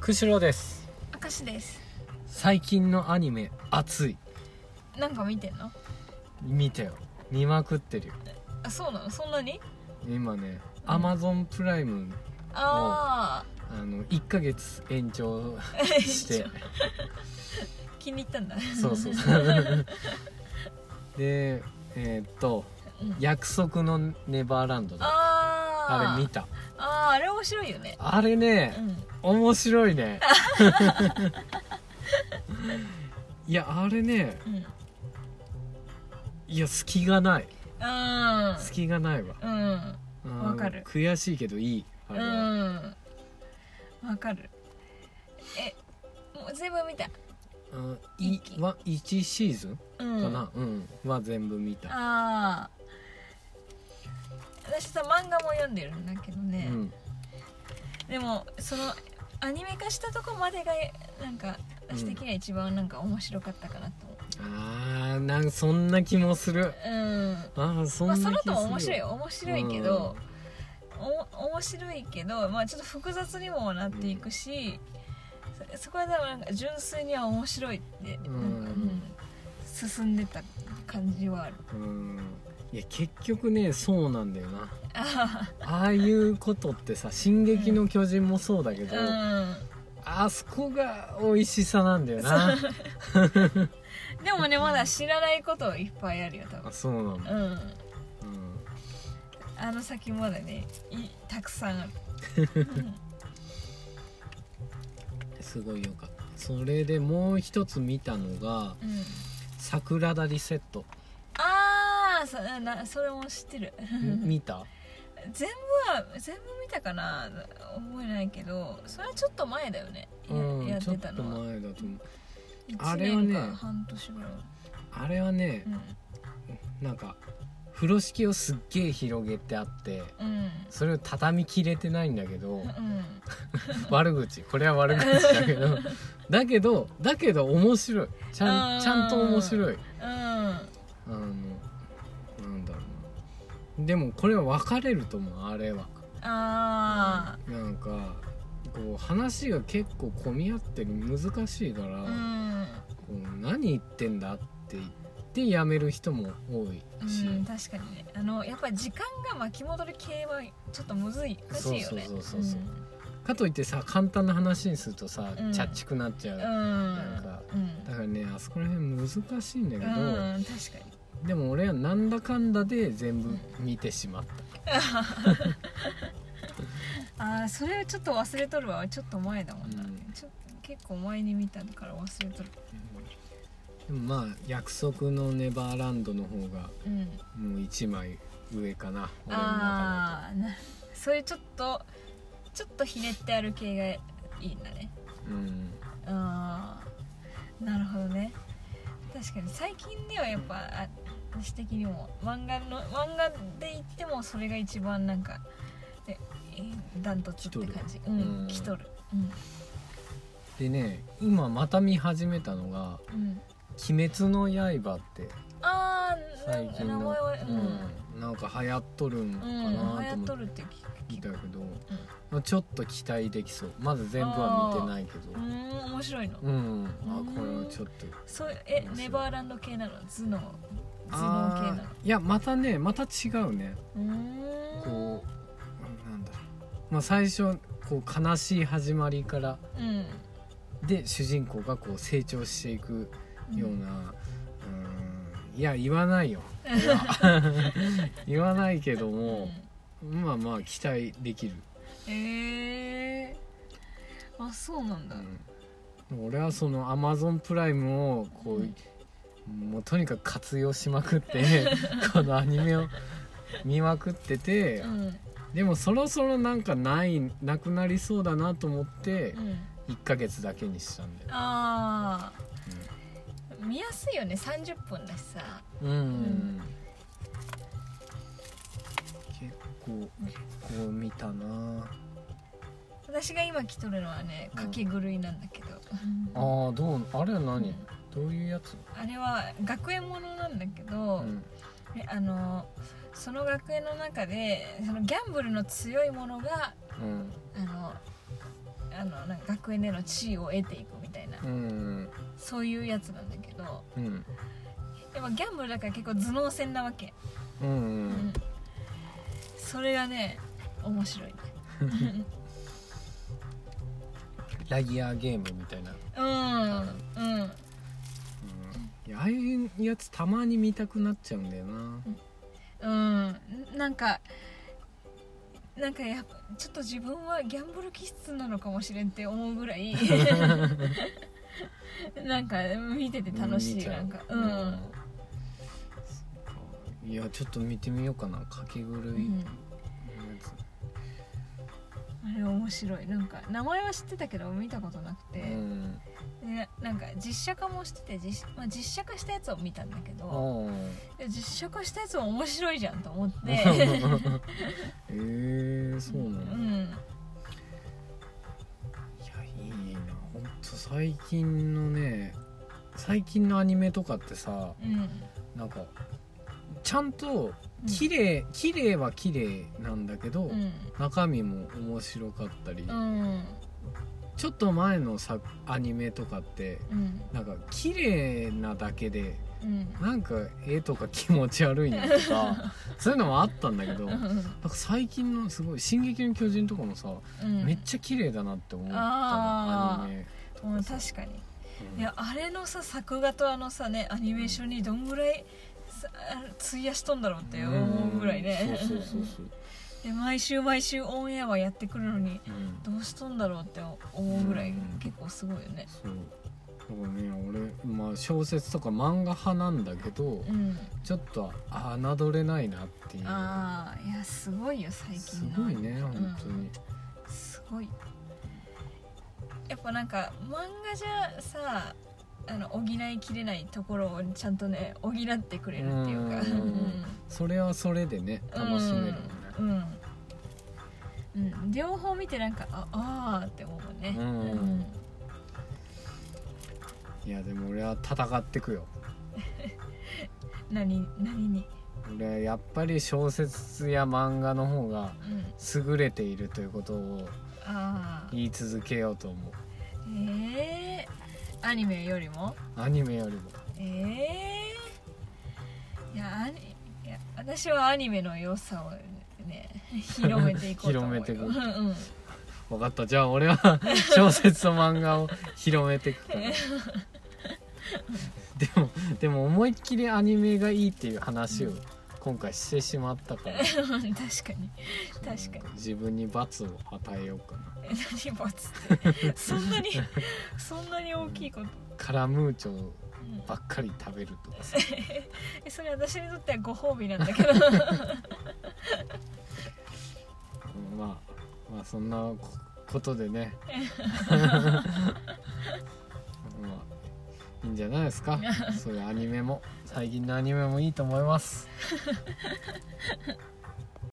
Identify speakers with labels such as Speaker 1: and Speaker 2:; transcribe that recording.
Speaker 1: 釧路です
Speaker 2: 明石です
Speaker 1: 最近のアニメ熱い
Speaker 2: なんか見てんの
Speaker 1: 見てよ見まくってるよ
Speaker 2: あそうなのそんなに
Speaker 1: 今ね
Speaker 2: うん
Speaker 1: アマゾンプライム
Speaker 2: あ
Speaker 1: あの1ヶ月延長
Speaker 2: あ
Speaker 1: して
Speaker 2: 気に入ったんだ
Speaker 1: そうそうそうでえーっと
Speaker 2: うん
Speaker 1: 「約束のネバーランドだ」
Speaker 2: あ
Speaker 1: あれ見
Speaker 2: ー
Speaker 1: た
Speaker 2: あーあれ面白いよね
Speaker 1: あれね
Speaker 2: うん
Speaker 1: 面白い ねいやあれね
Speaker 2: うん
Speaker 1: いや隙がない
Speaker 2: あー
Speaker 1: 隙がないわ
Speaker 2: うん
Speaker 1: うん
Speaker 2: わかる
Speaker 1: 悔しいけどいいあ
Speaker 2: う
Speaker 1: れは
Speaker 2: んわかるえもう全部見た
Speaker 1: うんい
Speaker 2: 一気
Speaker 1: は1シーズン
Speaker 2: うん
Speaker 1: かなうんは全部見た
Speaker 2: ああ私さ漫画も読んでるんだけど
Speaker 1: う
Speaker 2: ね、
Speaker 1: ん
Speaker 2: でもそのアニメ化したとこまでがなんか私的には一番なんか面白かったかなと思
Speaker 1: あーなんかそんな気もする
Speaker 2: ううん
Speaker 1: ああそん
Speaker 2: ま
Speaker 1: な気す
Speaker 2: あそ
Speaker 1: る
Speaker 2: のとも面白いよ面白いけど、お面白いけどまあちょっと複雑にもなっていくし、そそこはでもなんか純粋には面白いって、
Speaker 1: うん
Speaker 2: なんかうん進んでた感じはある
Speaker 1: うん、いや結局ねそうなんだよ な
Speaker 2: あ
Speaker 1: ああいうことってさ「進撃の巨人」もそうだけど、
Speaker 2: あ
Speaker 1: あそこが美味しさなんだよな
Speaker 2: うんでもねまだ知らないこといっぱいあるよ多
Speaker 1: あそうなんだ、
Speaker 2: 分うん
Speaker 1: うん、
Speaker 2: あの先までねいたくさんある、
Speaker 1: すごいよかったそれでもう一つ見たのが
Speaker 2: うんうん
Speaker 1: 「桜田リセット
Speaker 2: ああそなそれも知ってる」
Speaker 1: 見た
Speaker 2: 全部は全部見たかな覚えないけどそれはちょっと前だよねや,、
Speaker 1: うんちょ
Speaker 2: って
Speaker 1: ったと
Speaker 2: のは
Speaker 1: 前だと思うあ
Speaker 2: 1
Speaker 1: れはね
Speaker 2: 年か半年ぐらい、
Speaker 1: あれはね
Speaker 2: うん
Speaker 1: なんか風呂敷をすっげえ広げてあって
Speaker 2: うん
Speaker 1: それを畳み切れてないんだけど
Speaker 2: うん
Speaker 1: 悪口これは悪口だけ どだけどだけど面白いちゃ
Speaker 2: あ
Speaker 1: ん
Speaker 2: ー
Speaker 1: ちゃんと面白い
Speaker 2: うん
Speaker 1: あのなんだろうなでもこれは分かれると思うあれは
Speaker 2: あ
Speaker 1: なんかこう話が結構混み合ってる難しいから、
Speaker 2: あう
Speaker 1: こう
Speaker 2: ん、
Speaker 1: 何言ってんだって言ってやめる人も多
Speaker 2: う
Speaker 1: いし、
Speaker 2: ん、確かにねあのやっぱり時間が巻き戻る系はちょっとむずい難しいよね
Speaker 1: そうそうそうそうかといってさ簡単な話にするとさ、
Speaker 2: うん
Speaker 1: チャッチくなっちゃう、
Speaker 2: うん、う
Speaker 1: だ
Speaker 2: ん
Speaker 1: なんか
Speaker 2: うん
Speaker 1: からねあそこら辺難しいんだけど、
Speaker 2: うん、確かに
Speaker 1: でも俺はなんだかんだで全部見てしまった、
Speaker 2: ああそれはちょっと忘れとるわちょっと前だもんな、
Speaker 1: うん
Speaker 2: ちょ結構前に見たから忘れとる
Speaker 1: でもまあ約束のネバーランドの方が
Speaker 2: うん
Speaker 1: もう一枚上かな俺の中だ
Speaker 2: ああなそういうちょっとちょっとひねってある系がいいんだね
Speaker 1: とうん
Speaker 2: ああなるほどね確かに最近ではやっぱあ私的にも漫画の漫画で言ってもそれが一番なんかでダントツって感じう
Speaker 1: うん
Speaker 2: ん来とるうん
Speaker 1: でね今また見始めたのが
Speaker 2: うん
Speaker 1: 「鬼滅の刃」って
Speaker 2: ああ
Speaker 1: 最近
Speaker 2: 名
Speaker 1: の
Speaker 2: 前は
Speaker 1: うん、なんか流行っとるん
Speaker 2: う
Speaker 1: か
Speaker 2: ん、うん、流
Speaker 1: な
Speaker 2: 行っ
Speaker 1: と
Speaker 2: と
Speaker 1: 思っ
Speaker 2: るって聞く
Speaker 1: て
Speaker 2: 聞
Speaker 1: た
Speaker 2: く
Speaker 1: けど、まあちょっと期待できそうまだ全部は見てないけど
Speaker 2: うーん面白いの
Speaker 1: うんあ
Speaker 2: うん
Speaker 1: これはちょっと
Speaker 2: そう
Speaker 1: 面
Speaker 2: え
Speaker 1: 白い
Speaker 2: ネバーランド系なの頭脳頭脳系な
Speaker 1: あ
Speaker 2: の
Speaker 1: ーいやまたねまた違うね
Speaker 2: うーん
Speaker 1: こうなんだろう、まあ、最初こう悲しい始まりから
Speaker 2: うん
Speaker 1: で主人公がこう成長していくような、うん、いや言わないよこれは言わないけども、まあまあ期待できる、
Speaker 2: うんえー、あそうなんだ、
Speaker 1: うん、俺はそのアマゾンプライムをこう、もうとにかく活用しまくって このアニメを見まくってて、
Speaker 2: うんうん
Speaker 1: でもそろそろなんかないなくなりそうだなと思って1ヶ月だけにしたんだよ、
Speaker 2: あー見やすいよね30分だしさ
Speaker 1: うん
Speaker 2: ん
Speaker 1: 結構結構見たな
Speaker 2: 私が今着とるのはね
Speaker 1: うん
Speaker 2: 掛け狂いなんだけど、
Speaker 1: あーどうあれは
Speaker 2: うん
Speaker 1: 何、どういうやつ、
Speaker 2: あれは学園ものなんだけ
Speaker 1: う
Speaker 2: ど、
Speaker 1: ん
Speaker 2: ねあのその学園の中でそのギャンブルの強いものが
Speaker 1: うん
Speaker 2: あのあのなんか学園での地位を得ていくみたいな
Speaker 1: うん
Speaker 2: そういうやつなんだけど
Speaker 1: うん
Speaker 2: でもギャンブルだから結構頭脳戦なわけ、
Speaker 1: うんうん
Speaker 2: それがね面白いね
Speaker 1: ラギアゲームみたいな、
Speaker 2: うんうん
Speaker 1: うん、いやああいうやつたまに見たくなっちゃうんだよな
Speaker 2: うんなんかなんかやっぱちょっと自分はギャンブル気質なのかもしれんって思うぐ らいなんか見てて楽し
Speaker 1: 見
Speaker 2: い
Speaker 1: ちゃ
Speaker 2: なんかう
Speaker 1: うんそっかいやちょっと見てみようかなかき狂い、
Speaker 2: う
Speaker 1: や
Speaker 2: ん
Speaker 1: つ
Speaker 2: あれ面白いなんか名前は知ってたけど見たことなくて、
Speaker 1: うん
Speaker 2: でなんか実写化もしてて実,、まあ、実写化したやつを見たんだけ
Speaker 1: あ
Speaker 2: ど
Speaker 1: あ
Speaker 2: で実写化したやつも面白いじゃんと思 って
Speaker 1: えー、そうな
Speaker 2: う
Speaker 1: の、い
Speaker 2: ん
Speaker 1: やいいなほんと最近のね最近のアニメとかってさ
Speaker 2: うん
Speaker 1: なんかちゃんと
Speaker 2: うん
Speaker 1: 綺麗綺麗は綺麗なんだけど、
Speaker 2: うん
Speaker 1: 中身も面白かったり、
Speaker 2: うん
Speaker 1: ちょっと前のさアニメとかって
Speaker 2: うん
Speaker 1: なんか綺麗なだけで
Speaker 2: うん
Speaker 1: なんか絵とか気持ち悪いなと かそういうのもあったんだけどなんか最近のすごい「進撃の巨人」とかもさ、
Speaker 2: うん
Speaker 1: めっちゃ綺麗だなって思ったの
Speaker 2: あー
Speaker 1: アニメ、
Speaker 2: うん確かに
Speaker 1: うん
Speaker 2: いやあれのさ作画とあのさねアニメーションにどんぐらいさ費やしとんだろうって思うぐらいね
Speaker 1: うんそうそうそうそう、
Speaker 2: で毎週毎週オンエアはやってくるのに
Speaker 1: うん
Speaker 2: どうしとんだろうって思うぐらい
Speaker 1: うん
Speaker 2: 結構すごいよね
Speaker 1: そうだからね俺、まあ、小説とか漫画派なんだけど
Speaker 2: うん
Speaker 1: ちょっと侮れないなっていう
Speaker 2: ああいやすごいよ最
Speaker 1: す
Speaker 2: 近の
Speaker 1: ごいね本当
Speaker 2: う
Speaker 1: に
Speaker 2: ん、すごいやっぱなんか漫画じゃさあの補いきれないところをちゃんとね補ってくれるっていうか
Speaker 1: うんそれはそれでね楽しめるもんね、
Speaker 2: うん、うんうん両方見てなんかああーって思うね
Speaker 1: うんいやでも俺は戦ってくよ
Speaker 2: 何何に
Speaker 1: 俺はやっぱり小説や漫画の方が
Speaker 2: うん
Speaker 1: 優れているということを
Speaker 2: ああ
Speaker 1: 言い続けようと思う
Speaker 2: ええー、アニメよりも
Speaker 1: アニメよりも
Speaker 2: ええいやアニいや私はアニメの良さをね広めていこうと思うよ
Speaker 1: 広
Speaker 2: う
Speaker 1: めて
Speaker 2: ん うん
Speaker 1: 分かったじゃあ 俺は小説と漫画を広めていくからでもでも思いっきりアニメがいいっていう話を今回してしまったから
Speaker 2: 確かに確かに
Speaker 1: 自分に罰を与えようかな
Speaker 2: え何罰ってそんなにそんなに大きいこと、
Speaker 1: カラムーチョ
Speaker 2: うん
Speaker 1: ばっかり食べるとかさ
Speaker 2: えそれ私にとってはご褒美なんだけど
Speaker 1: うんまあまあそんなこことでねまあいいんじゃないですかそういうアニメも最近のアニメもいいと思います